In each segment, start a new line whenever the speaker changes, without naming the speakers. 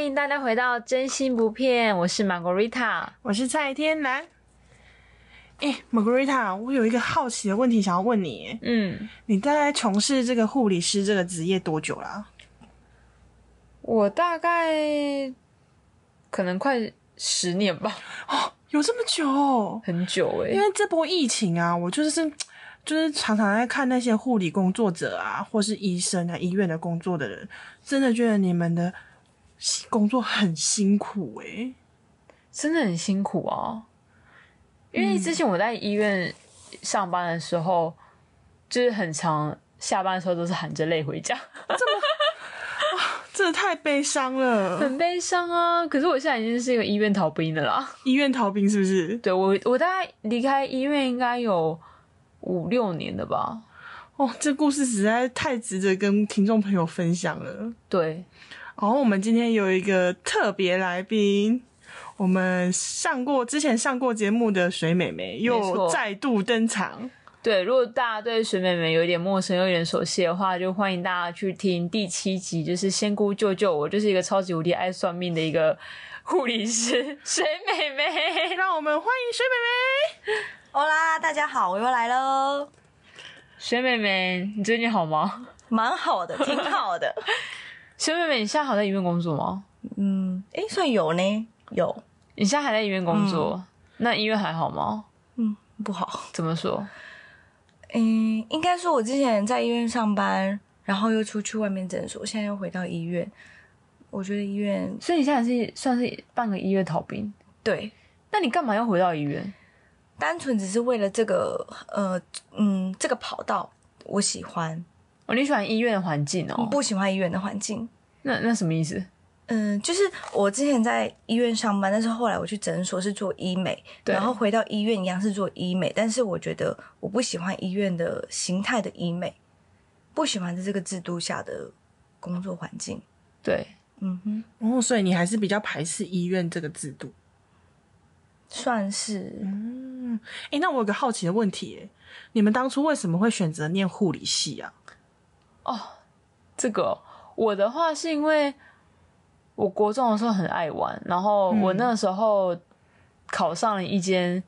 迎大家回到《真心不骗》，我是 Margarita。
我是蔡天南。哎、m a r g a r i t a 我有一个好奇的问题想要问你耶，
嗯，
你大概从事这个护理师这个职业多久啦、
我大概可能快十年吧，
有这么久哦、
很久哎、
因为这波疫情啊，我就是就是常常在看那些护理工作者啊，或是医生啊、医院的工作的人，真的觉得你们的工作很辛苦诶、
真的很辛苦啊。因为之前我在医院上班的时候，就是很常下班的时候都是含着泪回家，
真的太悲伤了。
很悲伤啊。可是我现在已经是一个医院逃兵的啦。
医院逃兵是不是？
对我，我大概离开医院应该有五六年了吧。
哦，这故事实在太值得跟听众朋友分享了。
对，
然后我们今天有一个特别来宾，我们上过之前上过节目的水美眉
没错
又再度登场。
对，如果大家对水美美有一点陌生、有一点熟悉的话，就欢迎大家去听第七集，就是仙姑救救我，就是一个超级无敌爱算命的一个护理师水美美。
让我们欢迎水美美。
欧啦，大家好，我又来喽，
水美美，你最近好吗？
蛮好的，挺好的。
水美美，你现在还在医院工作吗？
嗯， 诶，算有呢，有，
你现在还在医院工作？那医院还好吗？
嗯，不好。
怎么说？
嗯，应该说我之前在医院上班，然后又出去外面诊所，现在又回到医院。我觉得医院
所以你现在是算是半个医院逃兵？
对，
那你干嘛要回到医院？
单纯只是为了这个，呃，嗯，这个跑道我喜欢，
哦，你喜欢医院的环境哦？
不喜欢医院的环境。
那那什么意思？
嗯，就是我之前在医院上班，但是后来我去诊所是做医美，
对
然后回到医院一样是做医美，但是我觉得我不喜欢医院的形态的医美，不喜欢在这个制度下的工作环境。
对，
嗯哼，
哦，所以你还是比较排斥医院这个制度。
算是
哎、那我有个好奇的问题、耶你们当初为什么会选择念护理系啊？
这个哦我的话是因为我国中的时候很爱玩，然后我那时候考上了一间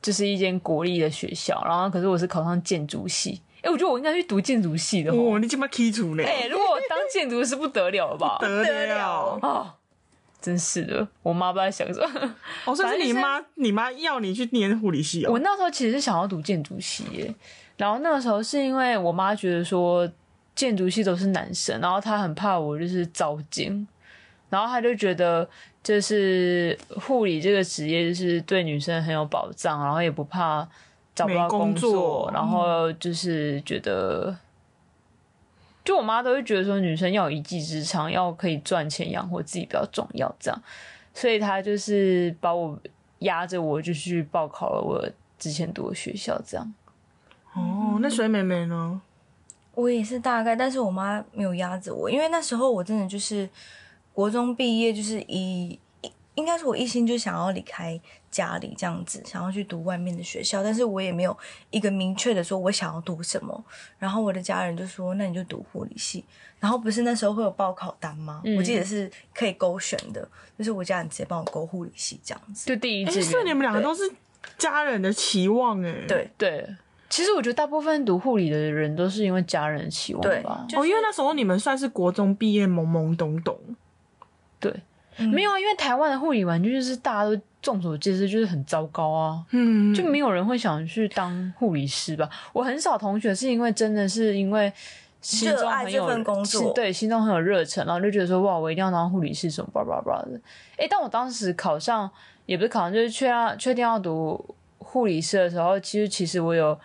就是一间国立的学校，然后可是我是考上建筑系。哎、我觉得我应该去读建筑系的哦。
哦，你这么剔除呢？
哎、如果我当建筑师不得了了 吧？
得了！
哦，真是的，我妈不知道在想什么。
哦，所以是你妈，你妈要你去念护理系
我
哦。
那时候其实是想要读建筑系耶，然后那个时候是因为我妈觉得说建筑系都是男生，然后她很怕我就是糟践，然后她就觉得就是护理这个职业就是对女生很有保障，然后也不怕找不到
没工
工
作嗯
然后就是觉得。就我妈都会觉得说，女生要有一技之长，要可以赚钱养活自己比较重要，这样，所以她就是把我压着我就去报考了我之前读的学校，这样。
哦，那水美美呢？
我也是大概，但是我妈没有压着我，因为那时候我真的就是国中毕业，就是一一应该是我一心就想要离开家里这样子，想要去读外面的学校，但是我也没有一个明确的说我想要读什么。然后我的家人就说：“那你就读护理系。”然后不是那时候会有报考单吗？我记得
嗯
是可以勾选的，就是我家人直接帮我勾护理系这样子。
就第一
哎、
志
所以你
愿。
们两个都是家人的期望哎、
对
对，其实我觉得大部分读护理的人都是因为家人的期望
对
吧，。
就
哦，因为那时候你们算是国中毕业，懵懵懂懂。
对，
嗯
没有啊，因为台湾的护理玩具就是大家都众所皆知，就是很糟糕啊，
嗯，
就没有人会想去当护理师吧。我很少同学是因为真的是因为。心中
热爱
很有
这份工作
是对，心中很有热忱，然后就觉得说，哇，我一定要当护理师什么巴拉巴拉的。诶，但我当时考上，也不是考上，就是确要确定要读护理师的时候，其实其实我有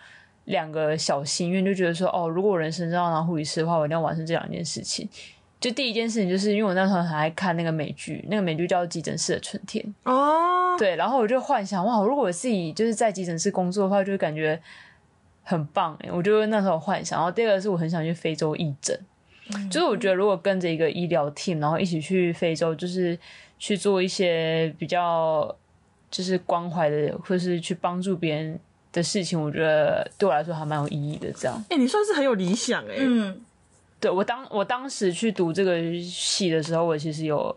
两个小心愿，就觉得说，哦，如果我人生中要当护理师的话，我一定要完成这两件事情。就第一件事情，就是因为我那时候很爱看那个美剧，那个美剧叫《急诊室的春天》。
哦，
对，然后我就幻想哇，如果我自己就是在急诊室工作的话，就会感觉很棒哎、我就那时候幻想。然后第二个是我很想去非洲义诊，
嗯
就是我觉得如果跟着一个医疗 team，然后一起去非洲，就是去做一些比较就是关怀的，或是去帮助别人的事情，我觉得对我来说还蛮有意义的。这样
哎、你算是很有理想哎、
嗯，
对我当我当时去读这个系的时候，我其实有，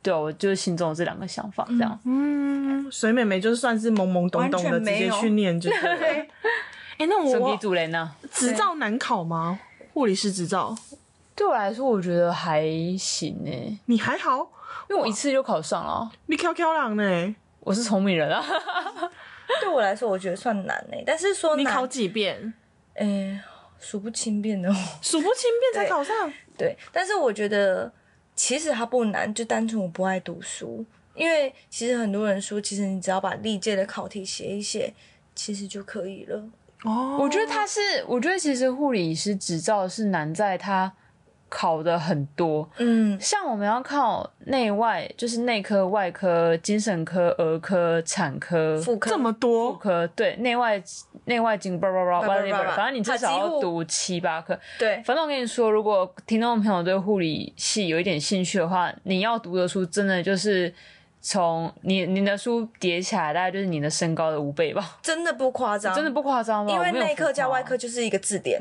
对我就是心中有这两个想法，这样。
嗯，水妹妹就算是懵懵懂懂的
完全
直
没
接
有
去念就 对了。哎、那
身
我
体
我
主人呢？
执照难考吗？护理师执照，
对我来说，我觉得还行呢、
你还好？
因为我一次就考上了，啊
你 QQ 狼呢？
我是聪明人啊。
对我来说，我觉得算难诶、但是说
你考
难，
几遍？
诶、哎数不清变的。
数不清遍才
对
考上。
对，但是我觉得其实它不难，就单纯我不爱读书。因为其实很多人说，其实你只要把历届的考题写一写，其实就可以了。
哦，
我觉得他是，我觉得其实护理师执照是难在他考的很多，
嗯，
像我们要考内外，就是内科、外科、精神科、儿科、产科、
副科
这么
妇
多，
科，对，内外内外经，叭叭叭
叭叭叭
，whatever，
叭
反正你至少要读七八科。
对，
反正我跟你说，如果听众朋友对护理系有一点兴趣的话，你要读的书真的就是从你你的书叠起来，大概就是你的身高的五倍吧，
真的不夸 张，
真的不夸张吧？
因为
我没有啊
内
浮
科
夸
加外科，就是一个字典，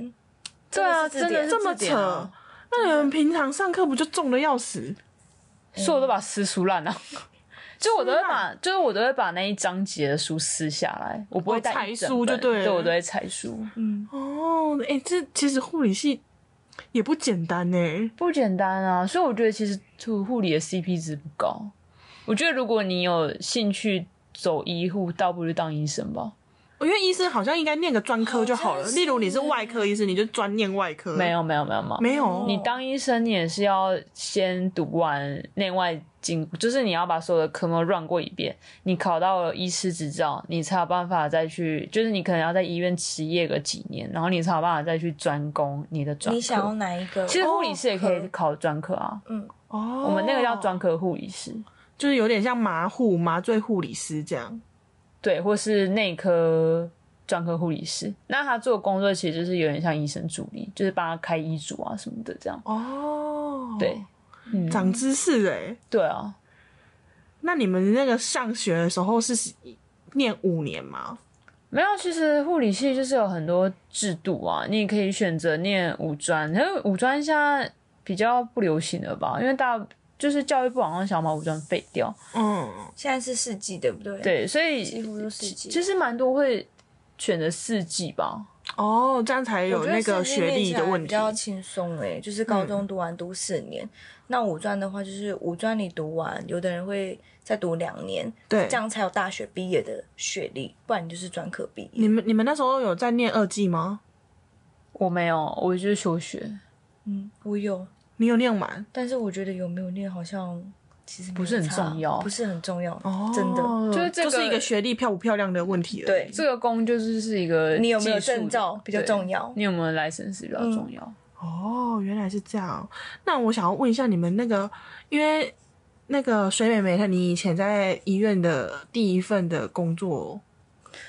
对啊，
真的是字
真
典
的是
这么
字典啊
扯。那你们平常上课不就重的要死？
所以我都把诗撕烂 了。就我都会
撕
把，就是我都会把那一章节的书撕下来，我不会带一
哦裁
整
书就
本
对了
对，我都会裁书，
嗯，
哦，哎、这其实护理系也不简单呢。
不简单啊。所以我觉得其实图护理的 CP 值不高。我觉得如果你有兴趣走医护，倒不如当医生吧。
因为医生好像应该念个专科就好
好
了，
像
例如你是
是
外科医生，你就专念外科。
没，有，没有，没有，没有。
嗯没有，
你当医生，你也是要先读完内外经，就是你要把所有的科目 run 过一遍，你考到了医师执照，你才有办法再去，就是你可能要在医院职业个几年，然后你才有办法再去专攻你的专
你想要
科。
哪一个？
其实护理师也可
哦
以考专科啊，
哦，
我们那个叫，专科护理师，
就是有点像麻护麻醉护理师这样。
对，或是内科专科护理师。那他做的工作其实就是有点像医生助理，就是帮他开医嘱啊什么的这样。
哦，
对，，嗯，
长知识哎。
对啊，
那你们那个上学的时候是念五年吗？
没有，其实护理系就是有很多制度啊，你也可以选择念五专，因为五专现在比较不流行了吧，因为大就是教育部好像想把五专废掉，
嗯，
现在是四季，对不对？，
对，所
几
以
乎都四季。
其实蛮多会选择四季吧，
哦，这样才有
我觉得
那个
四季
学历
念起
的
来
问
比
题。
较轻松诶，就是高中读完读四年，那五专的话就是五专你读完，有的人会再读两年，
对
这样才有大学毕业的学历，不然你就是专科毕
你
业。
们你们那时候有在念二技吗？
我没有，我就是休学，
嗯，我有，
你有念完？
但是我觉得有没有念好像其实没有
不是很
差
重要
不是很重要，
哦，
真的。
就是这个
就是一个学历漂不漂亮的问题了。
对
这个工就是是一个
你有没有
技术的
证照比较
对
重要
你有没有 license 比较
嗯
重要。
哦，原来是这样。那我想要问一下你们那个，因为那个水美美，她你以前在医院的第一份的工作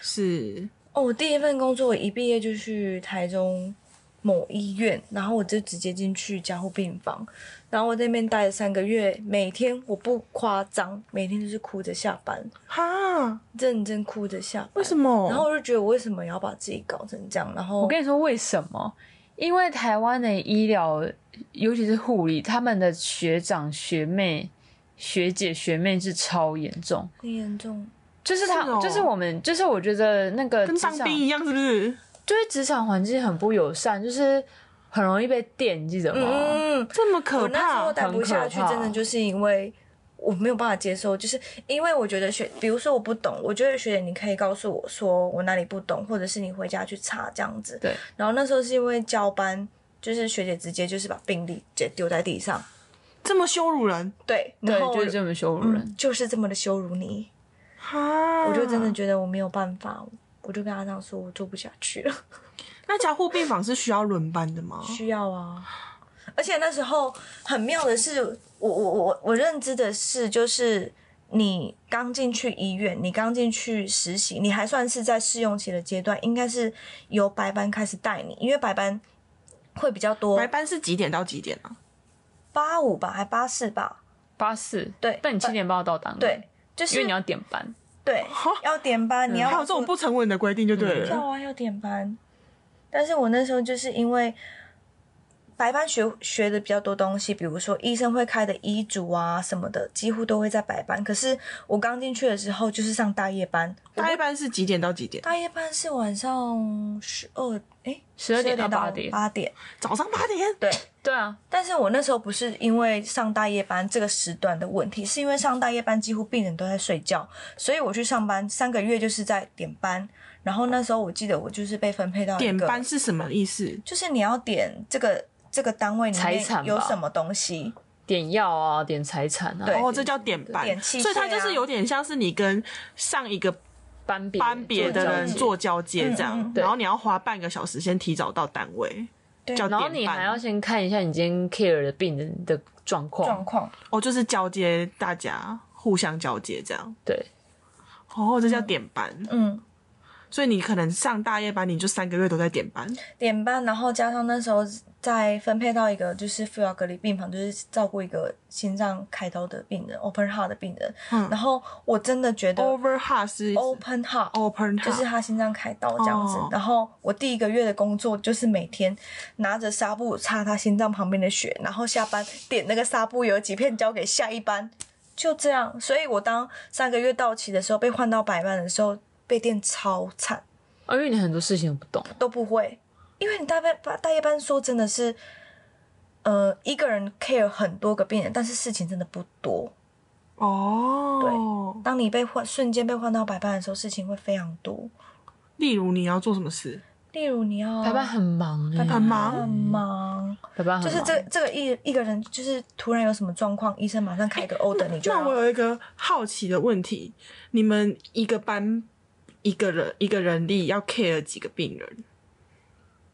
是
哦，我第一份工作，我一毕业就去台中某医院，然后我就直接进去加护病房，然后我在那边待了三个月，每天我不夸张，每天就是哭着下班，
哈？
认真哭着下班。
为什？么？
然后我就觉得，我为什么要把自己搞成这样？然后
我跟你说为什么？因为台湾的医疗，尤其是护理，他们的学长、学妹、学姐、学妹是超严重，
很严重，
就是他，
是哦
就是我们，就是我觉得那个
跟
职
当
场，
兵一样是不是？
就是职场环境很不友善，就是很容易被电，你记得吗？
嗯，
这么可
我那时
怕
候？待不下去
很，可怕
真的就是因为我没有办法接受，就是因为我觉得学，比如说我不懂，我觉得学姐你可以告诉我说我哪里不懂，或者是你回家去查这样子。
对。
然后那时候是因为交班，就是学姐直接就是把病历直接丢在地上，
这么羞辱人
对，
对
然后，我
就是这么羞辱人。
嗯就是这么的羞辱你，
哈？
我就真的觉得我没有办法。我就跟他这样说，我做不下去了。
那加护病房是需要轮班的吗？
需要啊。而且那时候很妙的是，我我我我认知的是，就是你刚进去医院，你刚进去实习，你还算是在试用期的阶段，应该是由白班开始带你，因为白班会比较多
白，班是几点到几点啊？
八五吧，还八四吧，
巴士，
对
但你七点半要到单位，
对，，就是
因为你要点班，
对要点班，你要嗯
还有这种不成文的规定就对
要
了。
啊，要点班。但是我那时候就是因为白班学学的比较多东西，比如说医生会开的医嘱啊什么的，几乎都会在白班。可是我刚进去的时候就是上大夜班，
大一般是几点到几点？
大夜班是晚上十二哎
12点到
八
8点
八点，
早上八点。
对。
对啊，
但是我那时候不是因为上大夜班这个时段的问题，是因为上大夜班几乎病人都在睡觉，所以我去上班三个月就是在点班。然后那时候我记得我就是被分配到一
点
个
班是什么意思？
就是你要点这个这个单位里
财
面
产吧
有什么东西，
点药啊，点财产啊，
对
哦，这叫点班，
点器械
所
啊
以它就是有点像是你跟上一个
班别
班别的人
做
做交接这样
嗯嗯，
对
然后你要花半个小时先提早到单位，
对
叫
交接，然后
点
你还
班
要，先看一下你今天 care 的病人的状
状
况，
况。
哦，就是交接大家互相交接这样，
对，
哦，这叫点班，
嗯，
所以你可能上大夜班，你就三个月都在点班，
点班，然后加上那时候再分配到一个就是负压隔离病房，就是照顾一个心脏开刀的病人，open heart 的病人。
嗯
然后我真的觉得
over half 是
open heart
open
就是
half，
他心脏开刀这样子。
哦
然后我第一个月的工作就是每天拿着纱布擦他心脏旁边的血，然后下班点那个纱布有几片交给下一班，就这样。所以我当三个月到期的时候被换到白班的时候，被电超惨，
啊，因为你很多事情不懂，
都不会，因为你大班大夜班说真的是。呃，一个人 care 很多个病人，但是事情真的不多。
哦，
当你被换瞬间被换到白班的时候，事情会非常多。
例如你要做什么事，
例如你要
白哦班很忙哎、
很忙
很忙，
白班很
就是这这个一一个人就是突然有什么状况，医生马上开个 O 等你就
哎那我
要。
有一个好奇的问题，你们一个班一个人一个人力要 care 几个病人？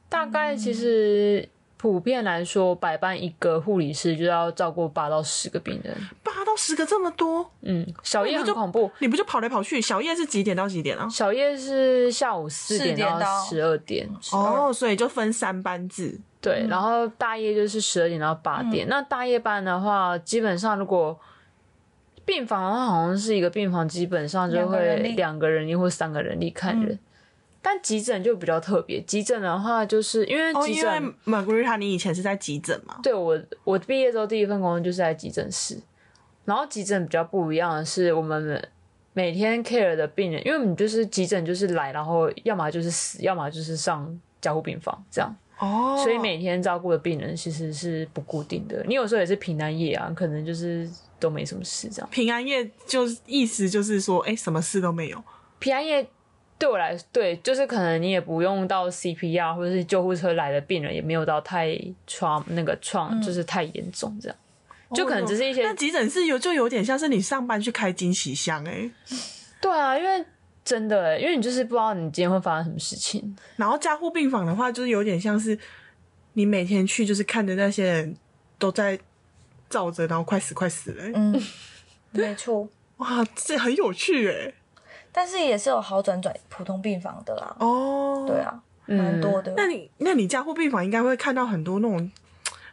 大概其实普遍来说，白班一个护理师就要照顾八到十个病人，
八到十个这么多，
嗯，小夜
那
很
就
恐怖。
你不就跑来跑去？小夜是几点到几点啊？
小夜是下午四点
4点
到
到
十二点，
哦，所以就分三班制。
嗯
对，然后大夜就是十二点到八点。那大夜班的话，基本上如果病房的话，好像是一个病房基本上就
两个
会
人力嗯
两个人力或三个人力看人。但急诊就比较特别，急诊的话，就是因为
哦，
急
因为
诊
Margarita，你以前是在急诊嘛？
对我，我毕业之后第一份工作就是在急诊室，然后急诊比较不一样的是，我们每天 care 的病人，因为我们就是急诊就是来，然后要么就是死，要么就是上加护病房这样，
哦，
所以
嗯
每天照顾的病人其实是不固定的。你有时候也是平安夜啊，可能就是都没什么事这样。
平安夜就是意思就是说，哎、什么事都没有。
平安夜对我来，对，就是可能你也不用到 CPR 啊或者是救护车来的病人，也没有到太创那个创，
嗯
就是太严重这样。
哦
就可能只是一些
哦那急诊室有就有点像是你上班去开惊喜箱哎、
对啊，因为真的欸，因为你就是不知道你今天会发生什么事情。
然后加护病房的话，就是有点像是你每天去，就是看着那些人都在照着，然后快死快死了欸、
嗯， 没错，
哇，这很有趣哎、
但是也是有好转转普通病房的啦。
哦，
对。啊，蛮多的。
那你那你加护病房应该会看到很多那种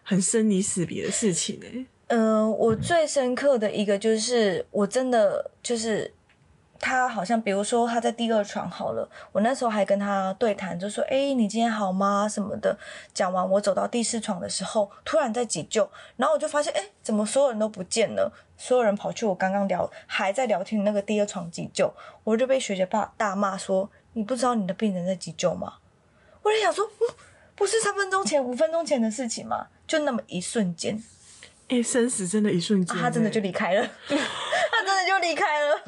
很生离死别的事情哎、
呃，我最深刻的一个就是，我真的就是他好像，比如说他在第二床好了，我那时候还跟他对谈，就说：“哎、你今天好吗？”什么的。讲完，我走到第四床的时候，突然在急救，然后我就发现，哎、怎么所有人都不见了？所有人跑去我刚刚聊还在聊天的那个第二床急救，我就被学姐爸大骂说：“你不知道你的病人在急救吗？”我就想说，嗯不是三分钟前、五分钟前的事情吗？就那么一瞬间，
哎、生死真的一瞬间、
啊他真的
欸
就离开 了，他真的就离开了。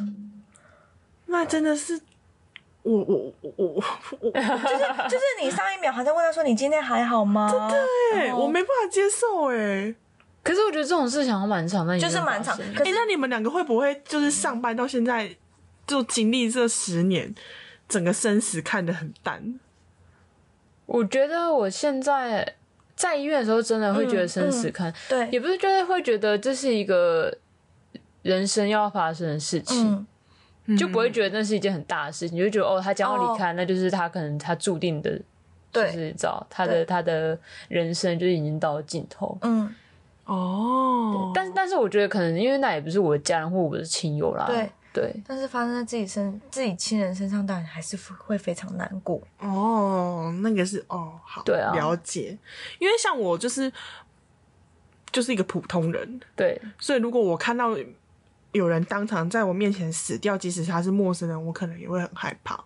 那真的是我我我我我我，
就是你上一秒还在问他说你今天还好吗？
对哎我没办法接受哎、
可是我觉得这种事情好像蛮常在医院
就是蛮
发
长。
生
可
哎、
是
那你们两个会不会就是上班到现在，就经历这十年，整个生死看得很淡？
我觉得我现在在医院的时候，真的会觉
嗯
得生死看，也
对，
不是就是会觉得这是一个人生要发生的事情。
嗯，
就不会觉得那是一件很大的事情，你就觉得哦，他将要离开，那就是他可能他注定的，就
哦对，
是找他的
对
他的人生就是已经到了尽头。
嗯，
哦，
但但是我觉得可能因为那也不是我的家人或我的亲友啦，
对，
对，
但是发生在自己身、自己亲人身上，当然还是会非常难过。
哦，那个是哦，好，
对啊
了解。因为像我就是就是一个普通人，
对，
所以如果我看到有人当场在我面前死掉，即使他是陌生人，我可能也会很害怕，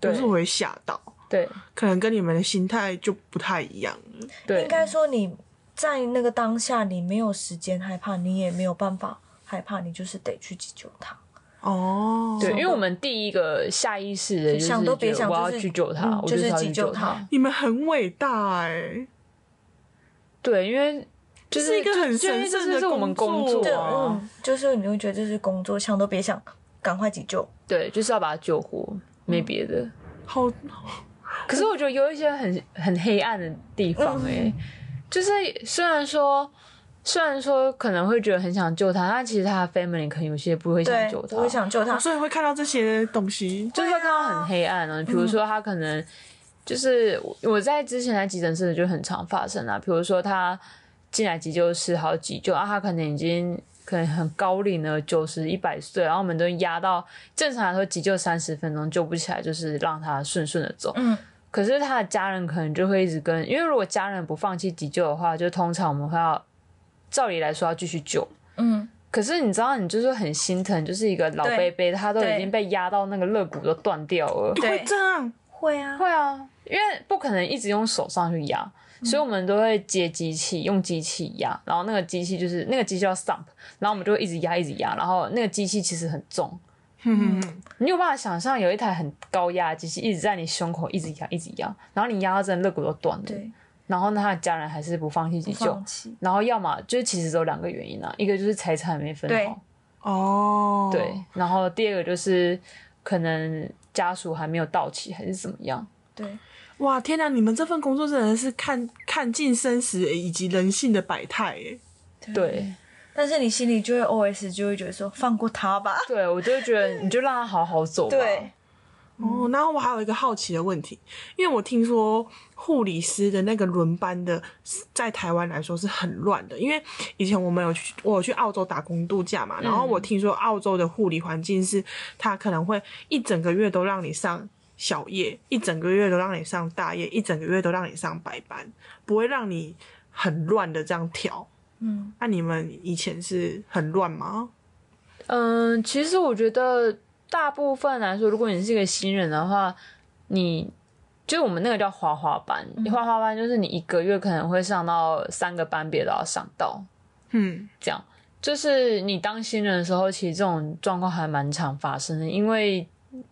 对
就是我会吓到。
对，
可能跟你们的心态就不太一样了。
对，
应该说你在那个当下，你没有时间害怕，你也没有办法害怕，你就是得去急救他。
哦，
对，因为我们第一个下意识的就是
想都别
觉得
想
我
就
要
是
去救他，
嗯
我
就是
要
急
去
救
救
他。
你们很伟大哎、
对，因为就
这是一个很
就因为
神
这
圣的
是我们
工
工
作
作
对，
啊，
嗯，就是你会觉得这是工作，想都别想，赶快急救。
对，就是要把他救活，
嗯
没别的。
好
可是我觉得有一些很很黑暗的地
嗯
方哎、就是虽然说虽然说可能会觉得很想救他，但其实他的 family 可能有些不会想
对
救，他，
我也想救他。
所以会看到这些东西，
就是会看到很黑暗啊。比如说他可能就是我我在之前在急诊室的就很常发生啊，比如说他进来急救室好急救啊，他可能已经。可能很高龄了，九十一百岁，然后我们都压到正常来说急救三十分钟救不起来，就是让他顺顺的走。
嗯，
可是他的家人可能就会一直跟，因为如果家人不放弃急救的话，就通常我们会要，照理来说要继续救。
嗯，
可是你知道，你就是很心疼，就是一个老
对
贝贝，他都已
对
经被压到那个肋骨都断掉了。
会
对，
这样
会啊，
会啊，因为不可能一直用手上去压，所以我们都会接机器，用机器压，然后那个机器就是那个机器叫 sump，然后我们就会一直压，一直压，然后那个机器其实很重，
嗯，
你有办法想象有一台很高压的机器一直在你胸口一直压，一直压，然后你压到真的肋骨都断了。
对，
然后呢，他的家人还是不放弃急救
放，弃。
然后要么就是其实只有两个原因啊，一个就是财产没分好，
哦，
对，然后第二个就是可能家属还没有到齐还是怎么样，
对，
哇，天哪！你们这份工作真的是看看尽生死欸以及人性的百态欸，
对
但是你心里就会 OS 就会觉得说放过他吧。
对，我就会觉得你就让他好好走吧，
对，
哦，然后我还有一个好奇的问题，因为我听说护理师的那个轮班的，在台湾来说是很乱的。因为以前我们有去，我有去澳洲打工度假嘛，然后我听说澳洲的护理环境是，他可能会一整个月都让你上小夜，一整个月都让你上大夜，一整个月都让你上白班，不会让你很乱的这样跳。
嗯，
那、你们以前是很乱吗？
嗯，其实我觉得大部分来说，如果你是一个新人的话，你就是我们那个叫滑滑班，滑滑班就是你一个月可能会上到三个班别都要上到，
嗯，
这样。就是你当新人的时候，其实这种状况还蛮常发生的，因为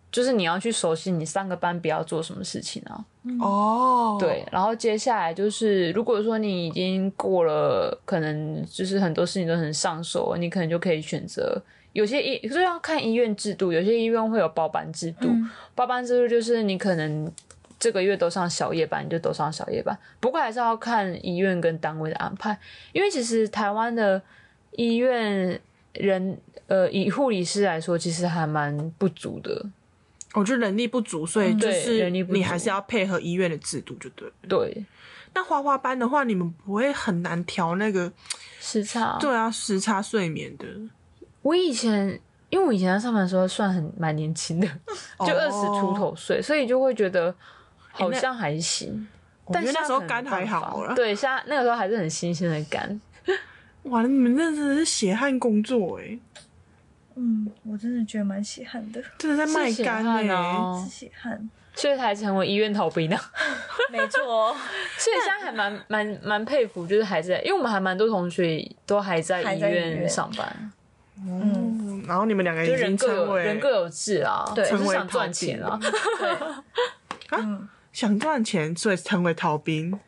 就是你要去熟悉你三个班别要做什么事情啊。
哦，
对，，然后接下来就是，如果说你已经过了，可能就是很多事情都很上手，你可能就可以选择有些医，就是要看医院制度，有些医院会有包班制度，
嗯
包班制度就是你可能这个月都上小夜班，你就都上小夜班，不过还是要看医院跟单位的安排，因为其实台湾的医院人，呃，以护理师来说，其实还蛮不足的，
我觉得人哦力不足，所以就
嗯对
是
人力不足
你还是要配合医院的制度，就对了。
对，
那花花班的话，你们不会很难调那个
时差，
对啊时差睡眠的，
我以前，因为我以前在上班的时候算很蛮年轻的，就
哦
二十出。头岁，所以就会觉得好
那
像还行。
我
但
觉得那时候
现在可
肝
能
还
没办法
好了。啊
对，现在那个时候还是很新鲜的肝。
哇，你们那真的是血汗工作哎、
嗯，我真的觉得蛮稀罕的，
真的在 卖
是血
肝哎、
汗哦
是稀罕。
所以才成为医院逃兵啊，
没 错，
所以现在还蛮蛮蛮佩服，就是还在，因为我们还蛮多同学都还在
还
医
在医院
院上班，
嗯，
嗯然后你们两个
就
已
人
经
各
成
有
为
人各有志啊，
对
就是
成为
想
逃
赚
兵
钱啊，
嗯
想赚钱，所以成为逃兵。嗯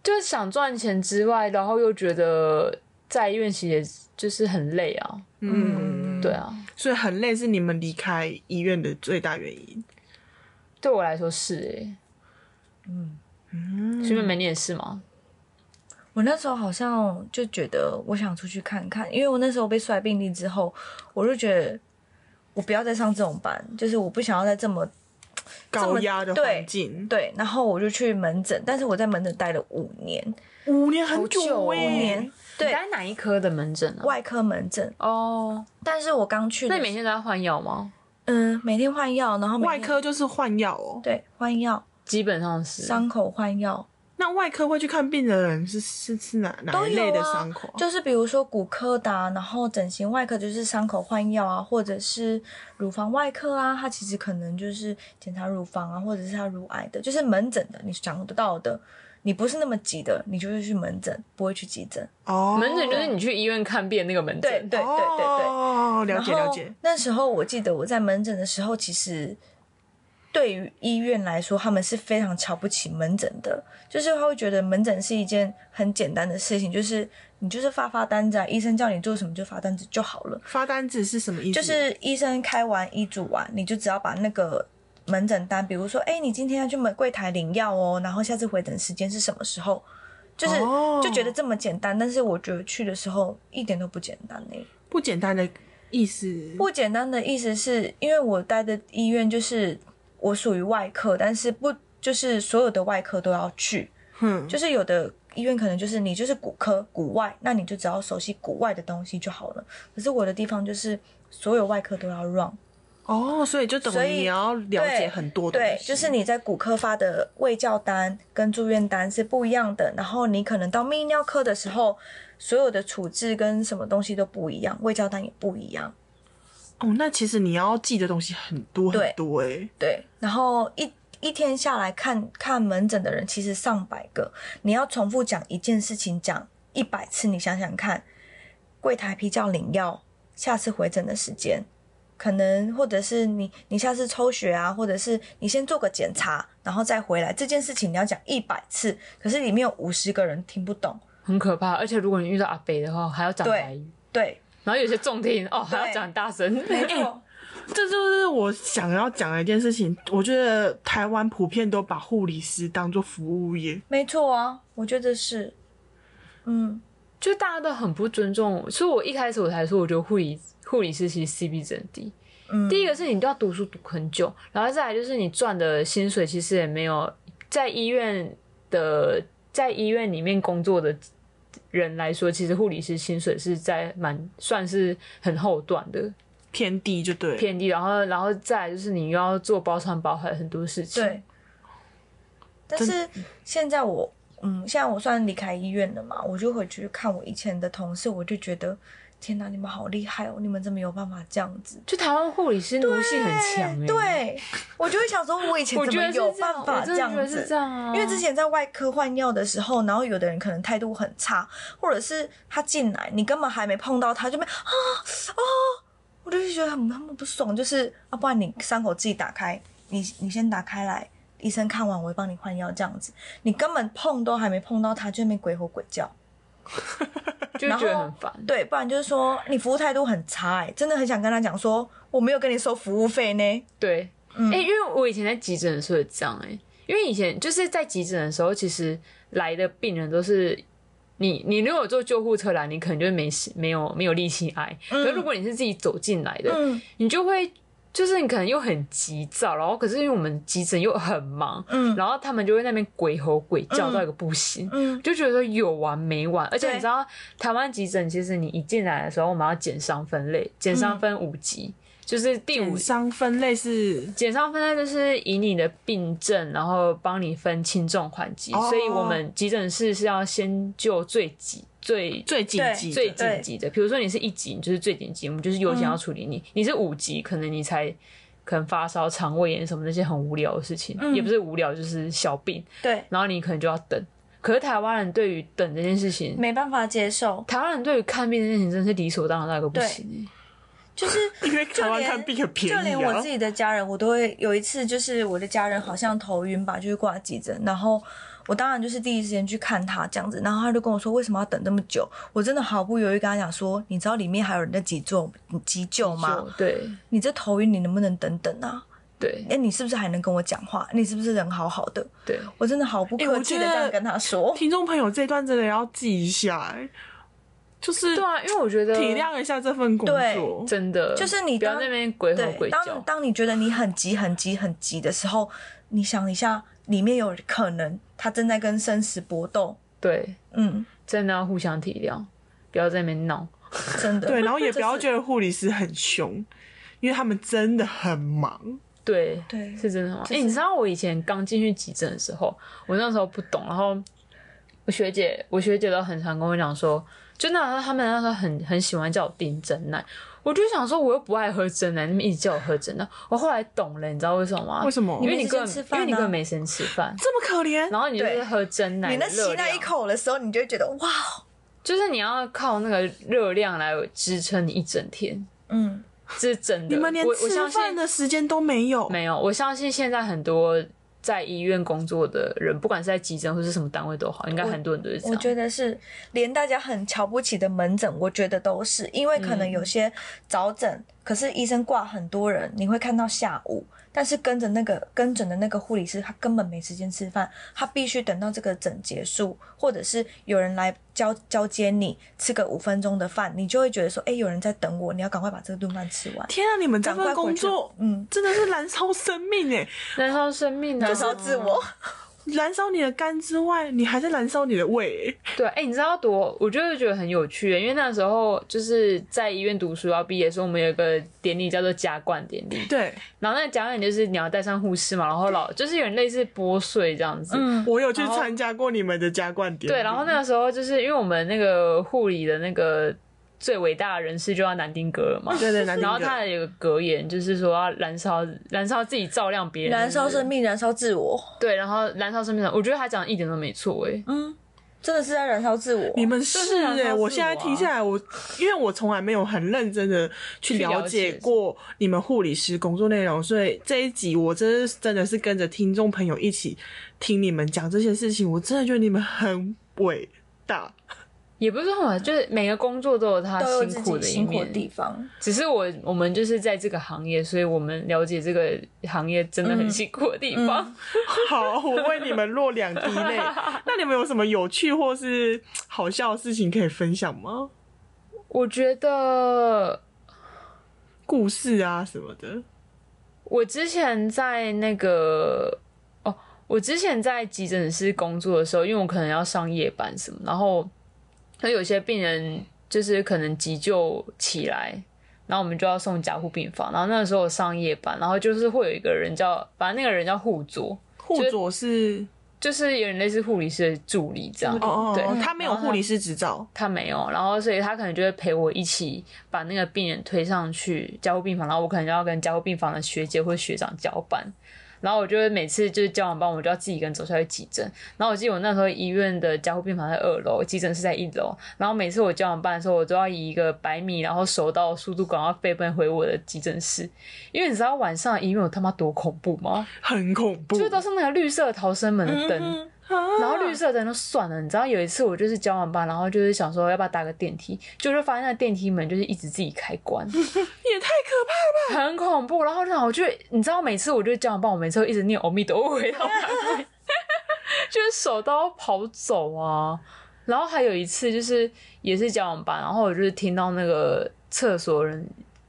就是想赚钱之外，然后又觉得在医院其实也就是很累啊，
嗯，
对，啊，
所以很累是你们离开医院的最大原因。
对我来说是诶、嗯，徐妹妹你也是吗？
我那时候好像就觉得我想出去看看，因为我那时候被摔病历之后，我就觉得我不要再上这种班，就是我不想要再这么这
高
么
压的环境，
对，然后我就去门诊，但是我在门诊待了五年，
五年
好
很
久
久
哦
哎、
五
年对
你待哪一科的门诊啊？
外科门诊。
哦，
但是我刚去的
那
时候，
你每天都要换药吗？
嗯每天换药，然后每
外
天
科就是换药哦。
对换药，
基本上是
伤口换药
那外科会去看病的人是是是哪哪
都
一类
有
的
啊
伤口啊？
就是比如说骨科的啊、然后整形外科就是伤口换药啊，或者是乳房外科啊，它其实可能就是检查乳房啊，或者是它乳癌的，就是门诊的，你想得到的，你不是那么急的，你就是去门诊，不会去急诊。
哦，
门诊就是你去医院看病那个门诊。
对对对对对。
哦，了
然
解
后
了解。
那时候我记得我在门诊的时候，其实对于医院来说，他们是非常瞧不起门诊的，就是他会觉得门诊是一件很简单的事情，就是你就是发发单子啊，医生叫你做什么就发单子就好了。
发单子是什么意思？
就是医生开完医嘱完，你就只要把那个门诊单，比如说，哎、你今天要去门柜台领药哦，然后下次回诊时间是什么时候，就是、
哦
就觉得这么简单，但是我觉得去的时候一点都不简单呢、
不简单的意思。
不简单的意思是因为我待的医院就是我属于外科，但是不就是所有的外科都要去，
哼，
就是有的医院可能就是你就是骨科骨外，那你就只要熟悉骨外的东西就好了。可是我的地方就是所有外科都要 run，
哦，所以就等
所
于
以
你要了解
对
很多东西。
对，就是你在骨科发的卫教单跟住院单是不一样的，然后你可能到泌尿科的时候，所有的处置跟什么东西都不一样，卫教单也不一样。
哦，那其实你要记的东西很多很
对
多哎。
对，然后一一天下来看看门诊的人其实上百个，你要重复讲一件事情讲一百次，你想想看，柜台批叫领药，下次回诊的时间。可能或者是你，你下次抽血啊，或者是你先做个检查，然后再回来，这件事情你要讲一百次，可是里面有五十个人听不懂，
很可怕。而且如果你遇到阿北的话，还要讲
对
台语，
对，
然后有些重听哦，还要
对
讲大声。
没错，
这就是我想要讲的一件事情。我觉得台湾普遍都把护理师当做服务业，
没错啊，我觉得是，嗯，
就大家都很不尊重我，所以我一开始我才说，我觉得护理护理师其实 CP 值很低。
嗯
第一个是你都要读书读很久，然后再来就是你赚的薪水其实也没有在医院的在医院里面工作的人来说，其实护理师薪水是在蛮算是很后段的
偏低就对了。
偏低，然后然后再来就是你又要做包山包海很多事情，
对，，但
真
是现在我，嗯，现在我算离开医院了嘛，我就回去看我以前的同事，我就觉得，天哪，你们好厉害哦，你们怎么有办法这样子？
就台湾护理师奴性很强、欸，，
对，我就会想说，我以前
我
怎
觉
么
得是
有
这样
办法
我真
这
的
样
觉得
子
是？这样啊，
因为之前在外科换药的时候，然后有的人可能态度很差，或者是他进来，你根本还没碰到他，就没啊啊，我就觉得很很不爽，就是啊，不然你伤口自己打开，你你先打开来，医生看完我会帮你换药这样子，你根本碰都还没碰到他，就在那边鬼吼鬼叫，
就觉得很烦，
对，不然就是说你服务态度很差、欸，真的很想跟他讲说我没有跟你收服务费呢，
对，
嗯
哎、因为我以前在急诊的时候也这样哎、因为以前就是在急诊的时候，其实来的病人都是你，你如果坐救护车来，你可能就没时没有没有力气挨。可是如果你是自己走进来的，
嗯
你就会就是你可能又很急躁，然后可是因为我们急诊又很忙，
嗯
然后他们就会那边鬼吼鬼叫
嗯
到一个不行。
嗯，
就觉得说有完没完，而且
对
你知道台湾急诊，其实你一进来的时候，我们要减伤分类，减
嗯
伤分五级，就是第五
减伤分类是
减伤分类就是以你的病症，然后帮你分轻重缓急。
哦
所以我们急诊室是要先救最急、最
最紧
对
急的
最紧急的。比如说你是一级，你就是最紧急，我们就是优先要处理你；你是五级，可能你才可能发烧、肠胃炎什么那些很无聊的事情，
嗯
也不是无聊，就是小病。
对，
然后你可能就要等。可是台湾人对于等这件事情，
没办法接受，
台湾人对于看病这件事情真的是理所当然到一个不
对
行、欸。
就是。
因为台湾
就连
看病很便宜、啊，
就连我自己的家人，我都会有一次，就是我的家人好像头晕吧，就是挂急诊，然后我当然就是第一时间去看他这样子，然后他就跟我说为什么要等这么久，我真的毫不犹豫跟他讲说，你知道里面还有人在急救急救吗？
就对
你这头晕，你能不能等等啊？
对
哎、你是不是还能跟我讲话？你是不是人好好的？
对，
我真的毫不
哎诶我
客气
觉
的这
得
样跟他说，
听众朋友这段真的要记一下、欸。就是
对啊，因为我觉得
体谅一下这份工作
对。
真的
就是你
不要
当
在那边鬼吼
对，
鬼
当
叫，
当你觉得你很急、很急、很急的时候，你想一下，里面有可能他正在跟生死搏斗。
对，
嗯，
真的要互相体谅，不要在那边闹。
真的。
对，然后也不要
这是
觉得护理师很凶，因为他们真的很忙。
对，
对
是真的吗？哎、
是
你知道我以前刚进去急诊的时候，我那时候不懂，然后我学姐，我学姐都很常跟我讲说，就那时候他们那时候很很喜欢叫我订真奶，我就想说我又不爱喝真奶，你们一直叫我喝真奶，我后来懂了，你知道为什么吗？
为什么
因为你
你
根
没时
本、
间吃
因
饭啊
为你根本没时间吃饭，
这么可怜，
然后你就是
对
喝真奶
你
的热
那
量，
吸那一口的时候，你就会觉得哇，哦
就是你要靠那个热量来支撑你一整天，
嗯，
这是真 的。
你们连
我我
吃
相信
饭的时间都没有。
没有，我相信现在很多在医院工作的人，不管是在急诊或是什么单位都好，应该很多人都是这
我
样。
觉得是连大家很瞧不起的门诊，我觉得都是因为可能
嗯
有些早诊，可是医生挂很多人，你会看到下午，但是跟着那个跟诊的那个护理师，他根本没时间吃饭，他必须等到这个诊结束，或者是有人来交交接你，吃个五分钟的饭，你就会觉得说，哎、有人在等我，你要赶快把这顿饭吃完，
天啊，你们这
赶快
份
回
工
去
作。
嗯，
真的是燃烧生命哎，
燃烧生命啊，
燃烧自我。
燃烧你的肝之外，你还在燃烧你的胃 哎。
对，哎、你知道多，我就会觉得很有趣，因为那时候就是在医院读书要毕业的时候，我们有一个典礼叫做加冠典礼，
对，
然后那个加冠就是你要带上护士嘛，然后老就是有点类似拨穗这样子，
嗯，
我有去
然后
参加过你们的加冠典礼。
对，然后那个时候就是因为我们那个护理的那个最伟大的人士就叫南丁格尔嘛，
哦
对对，南
然后
丁格
他有个格言，就是说要燃烧燃烧自己，照亮别人，
燃烧
是
生
不
命，燃烧自我，
是对，然后燃烧生命的。我觉得他讲的一点都没错欸诶、
嗯，真的是在燃烧自我。
你们
是
是
燃烧
哎、
自
我现在
我啊
听下来，我因为我从来没有很认真的去
去了
了解
解
过你们护理师工作内容，所以这一集我真的是真的是跟着听众朋友一起听你们讲这些事情，我真的觉得你们很伟大。
也不是说嘛，就是每个工作都有他
都有自
辛苦
己
的一
辛苦的地
面。
方，
只是我我们就是在这个行业，所以我们了解这个行业真的很
嗯
辛苦的地方。
好，我为你们落两滴 泪。那你们有什么有趣或是好笑的事情可以分享吗？
我觉得
故事啊什么的，
我之前在那个哦，我之前在急诊室工作的时候，因为我可能要上夜班什么，然后那有些病人就是可能急救起来，然后我们就要送加护病房，然后那个时候我上夜班，然后就是会有一个人叫，反正那个人叫护佐，
护佐是
就是有点类似护理师的助理这样，
哦哦
对，
哦，他没有护理师执照，
他没有，然后所以他可能就会陪我一起把那个病人推上去加护病房，然后我可能就要跟加护病房的学姐或学长交班，然后我就会每次就是交完班，我就要自己一个人走下去急诊。然后我记得我那时候医院的加护病房在二楼，急诊室在一楼，然后每次我交完班的时候，我都要以一个百米然后手刀的速度赶快飞奔回我的急诊室，因为你知道晚上医院有他妈多恐怖吗？
很恐怖。啊
就是都是那个绿色的逃生门的灯。
嗯
然后绿色灯就算了，你知道有一次我就是交完班，然后就是想说要不要搭个电梯，就就发现那电梯门就是一直自己开关，
也太可怕了
很恐怖。然后让我就你知道每次我就交完班，我每次都一直念阿弥陀佛，然后赶快 就是手都要跑走啊。然后还有一次就是也是交完班，然后我就是听到那个厕所人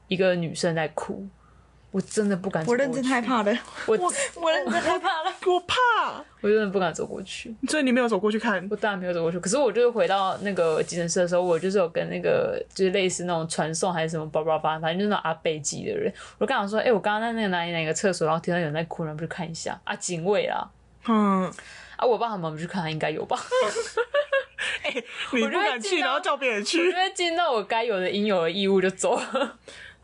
一个女生在哭，我真的不敢走过
我
去，
认真害怕了，
我
我认真害怕了。
我怕，
我真的不敢走过去。
所以你没有走过去看
我当然没有走过去，可是我就是回到那个急诊室的时候，我就是有跟那个就是类似那种传送还是什么叭叭叭，反正就是那种阿贝级的人，我就跟他说，哎、我刚刚在那个哪里哪个厕所，然后听到有人在哭，然后就去看一下啊，警卫啦，
嗯，
啊，我爸他们我们去看，应该有吧？
你
我
不
就会
敢去，
知道
然后叫别人
因
去，
为尽到我该有的应有的义务就走 了，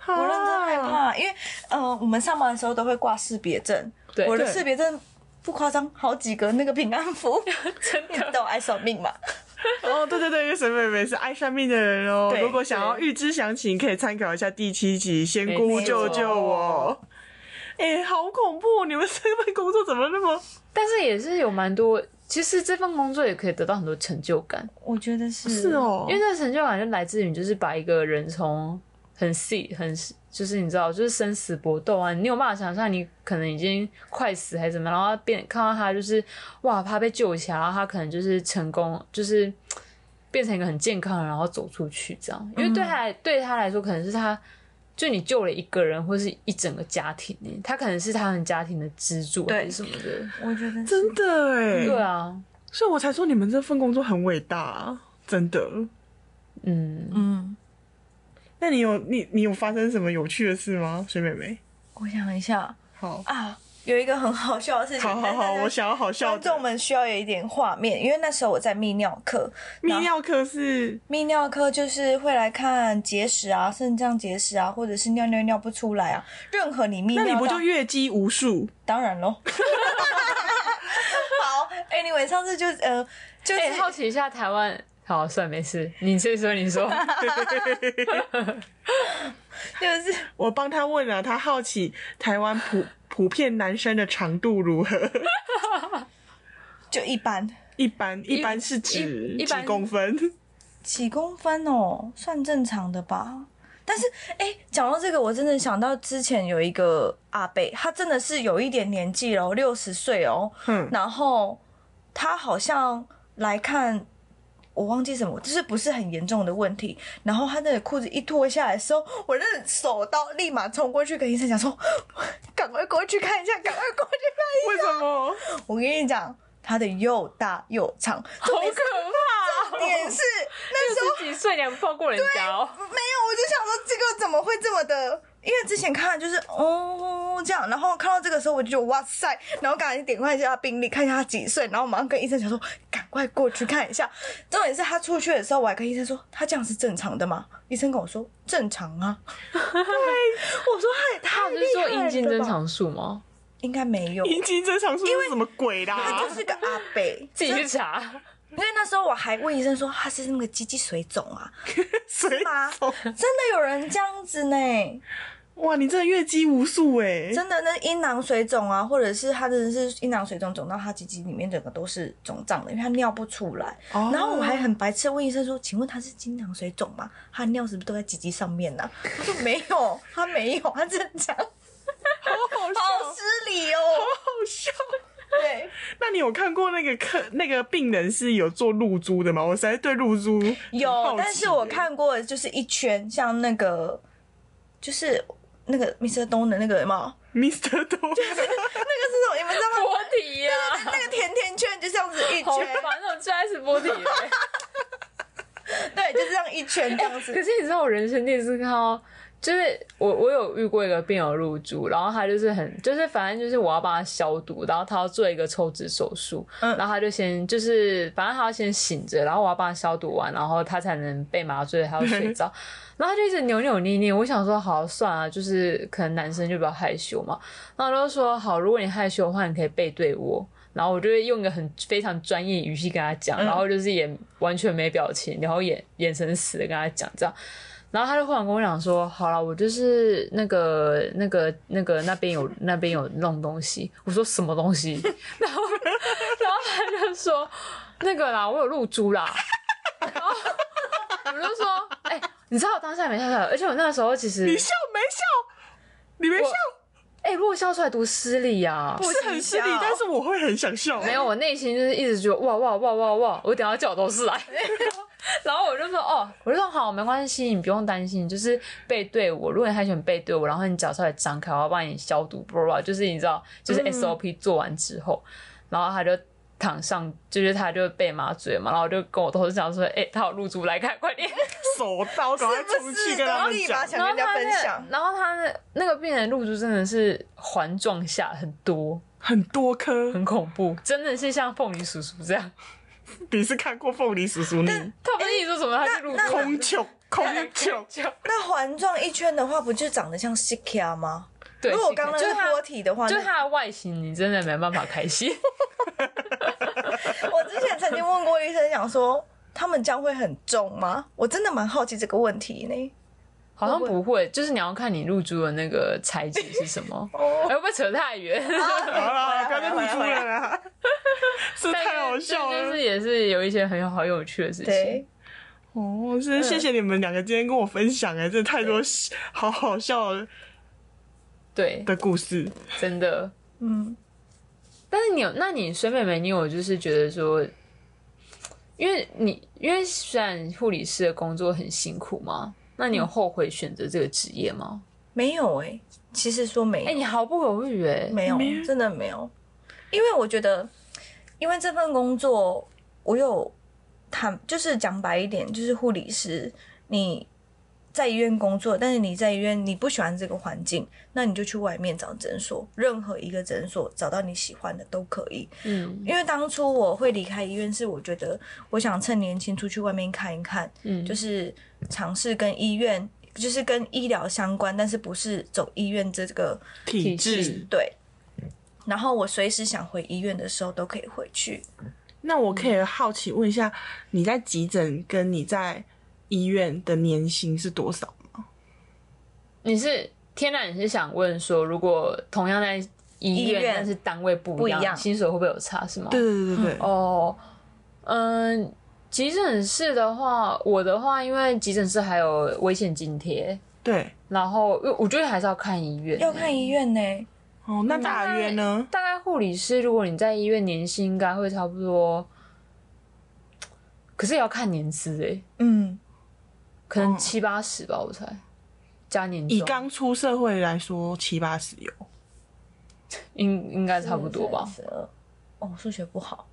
我
我认真害。
啊
怕，因为呃，我们上班的时候都会挂识别证，
对
我的
对
识别证不夸张，好几个那个平安符，
真
你知
的。
道我爱算命嘛？
哦，对对对，因为沈美美是爱算命的人哦。
对
如果想要
对
预知详情，可以参考一下第七集《仙
没错
姑救救我》。哎、好恐怖！你们这份工作怎么那么……
但是也是有蛮多，其实这份工作也可以得到很多成就感，
我觉得是
是，哦
因，为这个成就感就来自于你就是把一个人从很细很就是你知道就是生死搏斗啊，你有办法想象你可能已经快死还是怎么样，然后他变看到他就是哇他被救起来，然后他可能就是成功就是。变成一个很健康的人，然后走出去这样。因为对他来、对他来说，可能是他就你救了一个人，或是一整个家庭欸，他可能是他们家庭的支柱还是
对
什么的。
我觉得是
真的哎、
对啊，
所以我才说你们这份工作很伟大、啊，真的。
嗯，
嗯，
那你有你你有发生什么有趣的事吗，水妹妹？
我想一下
好，
啊，有一个很好笑的事 情，
好好
但是
好，
大家
我想要好笑
观众
的。
们需要有一点画面，因为那时候我在泌尿科，
泌尿科是
泌尿科就是会来看结石啊、肾脏结石啊，或者是尿尿尿不出来啊，任何你泌尿
那
道，
你不就月姬无数？
当然喽。好，Anyway，上次就呃，就是、
哎、好奇一下台湾，好，算了没事，你先说，你说，
就是
我帮他问了，他好奇台湾普普遍男生的长度如何？
就一般
一般一般是指
一一
几
般
公 分？
几公分哦，算正常的吧。但是，哎、讲到这个，我真的想到之前有一个阿伯，他真的是有一点年纪了哦，六十岁哦，
哼，
然后他好像来看。我忘记什么，就是不是很严重的问题。然后他那个裤子一脱下来的时候，我那手刀立马冲过去跟医生讲说：“ 赶快过去看一下，赶快过去看
为什么？
一下。”我跟你讲，他的又大又长，
好 可怕、
重点是那时候
六十几岁你还不放过人家哦？
没有，我就想说这个怎么会这么的？因为之前看就是哦这样，然后看到这个时候我就觉得哇塞，然后赶紧点看一下他病历，看一下他几岁，然后马上跟医生讲说赶快过去看一下。重点是他出去的时候，我还跟医生说他这样是正常的吗？医生跟我说正常啊。 对，我说他也
他
太
不
厉
是
害
说
了吧
阴茎增，长术吗？
应该没有，
阴茎增长术是什么鬼
他
啦？
就是个阿北。
自己去 查，
因为那时候我还问医生说他是那个鸡鸡水肿 啊，
水
吗
肿
真的有人这样子呢？
哇，你真的月姬无数哎！
真的，那阴囊水肿啊，或者是他真的是阴囊水肿肿到他鸡鸡里面整个都是肿胀的，因为他尿不出来。
哦
然后我还很白痴地问医生说：“请问他是阴囊水肿吗？他的尿是不是都在鸡鸡上面呢、啊他说：“没有，他没有，他正常。”
好
好
笑，
失 礼哦。
好笑。
对，
那你有看过那个客那个病人是有做露珠的吗？我实在对露珠很好
有
奇，
但是
耶
我看过的就是一圈，像那个就是那个 Mr. 东的那个有没有？
Mr. 东，
那个是什么？你们知道吗？
波体呀、
那个甜甜圈就这样子 一
好
圈，
烦哦，最爱吃波体了。
对，就这样一圈 这样子
可。是你知道，我人生第一次看到，就是我我有遇过一个病友入住，然后他就是很就是反正就是我要帮他消毒，然后他要做一个抽脂手术，
嗯
然后他就先就是反正他要先醒着，然后我要帮他消毒完，然后他才能被麻醉，还要睡着。然后他就一直扭扭捏捏，我想说好算了，就是可能男生就比较害羞嘛，然后他就说好，如果你害羞的话，你可以背对我。然后我就会用一个很非常专业语气跟他讲，
嗯
然后就是也完全没表情，然后眼眼神死的跟他讲这样。然后他就忽然跟我讲说：“好了，我就是那个、那个、那个那边有那边有弄东西。”我说：“什么东西？” 然后，然后他就说：“那个啦，我有露珠啦。”然后我就说：“哎、你知道我当下没笑出来，而且我那个时候其实
你笑没笑？你没笑
哎、如果笑出来多失礼呀、啊，
是很失礼
不行笑，
但是我会很想笑。
没有，我内心就是一直觉得哇哇哇哇哇，我等一下叫我同 事来。然后我就说哦，我就说好，没关系，你不用担心，就是背对我。如果你害羞，你背对我，然后你脚稍微张开，我要帮你消毒，不不，就是你知道，就是
嗯
SOP 做完之后，然后他就躺上，就是他就被麻醉嘛，然后我就跟我同事讲说，哎、他有露珠，来看，快点。
手刀，赶快冲去跟他们
是不是都立马
讲。
想 跟人家分享。
然后他那那个病人露珠真的是环状下很多，
很多颗，
很恐怖，真的是像凤梨叔叔这样。
你是看过凤梨叔叔你
他不是你说什么，他是
哎
露珠。
空球空球，
那环状一圈的话，不就长得像 s i k a 吗？
对，
如果我刚刚
就是是它
波体的话，
就是
那
它的外形，你真的没办法开 心。
我之前曾经问过医生，想说他们这样会很重吗？我真的蛮好奇这个问题呢。
好像不会，就是你要看你露珠的那个材质是什 么。
哦
哎，会不会扯太远？
啊
好啦，
回来
不要再露出了啦，是
但是
太好
就
笑了
是。也是有一些很有好有趣的事情
对。，
哦，真的谢谢你们两个今天跟我分享，哎，真的太多好好笑
对，
的故事。
真的。
嗯，
但是你有，那你水妹妹，你有就是觉得说，因为你因为虽然护理师的工作很辛苦嘛，那
嗯
你有后悔选择这个职业吗？
没有哎、其实说没有，
哎、你毫不犹豫哎、
没有
没，
真的没有，因为我觉得，因为这份工作，我有坦，就是讲白一点，就是护理师，你在医院工作，但是你在医院你不喜欢这个环境，那你就去外面找诊所，任何一个诊所找到你喜欢的都可以。
嗯
因为当初我会离开医院，是我觉得我想趁年轻出去外面看一看，
嗯，
就是尝试跟医院，就是跟医疗相关，但是不是走医院这个
体
制
质。
对。然后我随时想回医院的时候都可以回去。
那我可以好奇问一下，你在急诊跟你在医院的年薪是多少？
你是天然你是想问说，如果同样在医
医
院，
院
但是单位不
不
一
一
样，
样
薪水会不会有差是吗？
对对对对对，
哦，嗯，急诊室的话，我的话，因为急诊室还有危险津贴，
对
然后因为我觉得还是要看医院、
要看医院呢、
哦，那大约呢？
大概护理师，如果你在医院年薪应该会差不多，可是也要看年资诶、
嗯，
可能
哦
七八十吧，我猜加年
以
终，
刚出社会来说，七八十有。
应应该差不多吧。
32。哦，数学不好，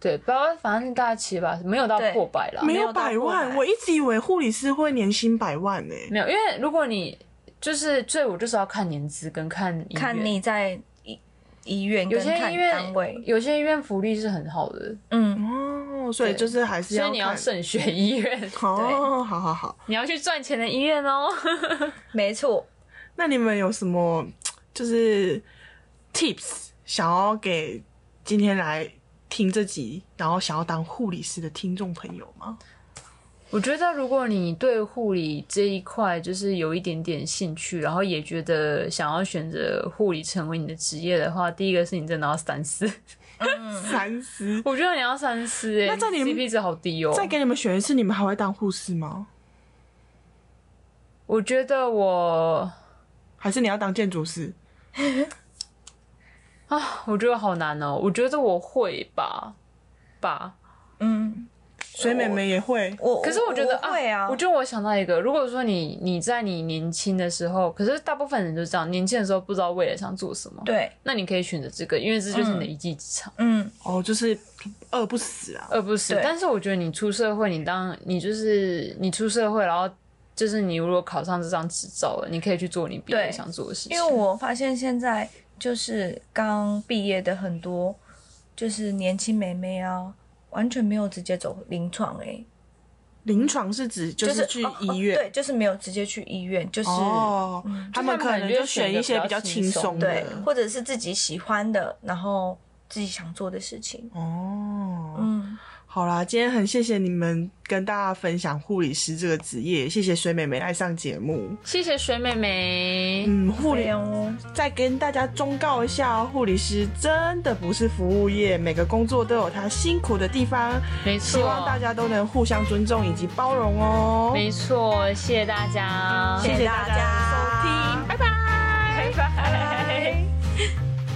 对，包括反正大概七八十，没有到
对
破百啦。
没有
有到
百
过
万，
百
我一直以为护理师会年薪百万呢、
没有，因为如果你就是最，我就是要看年资跟看医院
看你在医医院
有
跟
些
看
医
单
院
位，
有些医院福利是很好的，
嗯，
哦，所以
对
就是还是
所以
看
你要慎选医院，
哦，好好好。
你要去赚钱的医院哦。
没错。
那你们有什么就是 tips 想要给今天来听这集，然后想要当护理师的听众朋友吗？
我觉得如果你对护理这一块就是有一点点兴趣，然后也觉得想要选择护理成为你的职业的话，第一个是你真的要三思。
三思。
我觉得你要三思哎、
那这里
CP 值好低哦、
再给你们选一次，你们还会当护士吗？
我觉得我
还是你要当建筑师？
啊，我觉得好难哦、我觉得我会吧，吧。
嗯，
水妹妹也会
我
可是我觉得
我会啊，
我觉得我想到一个，如果说你你在你年轻的时候，可是大部分人就这样，年轻的时候不知道未来想做什么，，
对，
那你可以选择这个，因为这就是你的一技之长，
嗯，
哦，就是饿不死啊。
而不是
对。
但是我觉得你出社会，你当你就是你出社会，然后就是你如果考上这张执照了，你可以去做你别的
对
想做的事情。
因为我发现现在就是刚毕业的很多，就是年轻妹妹啊，完全没有直接走临床哎、
临床是指就
就是
去
哦哦
医院
对，就是没有直接去医院，就是、
哦，他
就他
们
们
可
可
能
能
就
就
选
选
一
一
些
些
比
比
较
较
轻
轻
松
松
对
的，
或者是自己喜欢的，然后自己想做的事情。
哦。
嗯，
好啦，今天很谢谢你们跟大家分享护理师这个职业，谢谢水美美来上节目。
谢谢水妹妹，
嗯，护
不
理
然哦，
再跟大家忠告一下哦，护理师真的不是服务业，每个工作都有他辛苦的地方，
没错，
希望大家都能互相尊重以及包容哦。
没错，谢谢大家，
谢
谢
谢
谢
大
大
家的收
家
听，拜拜。
拜拜。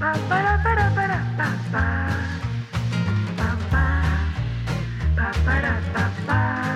Ba-ba-da-ba-ba-ba-ba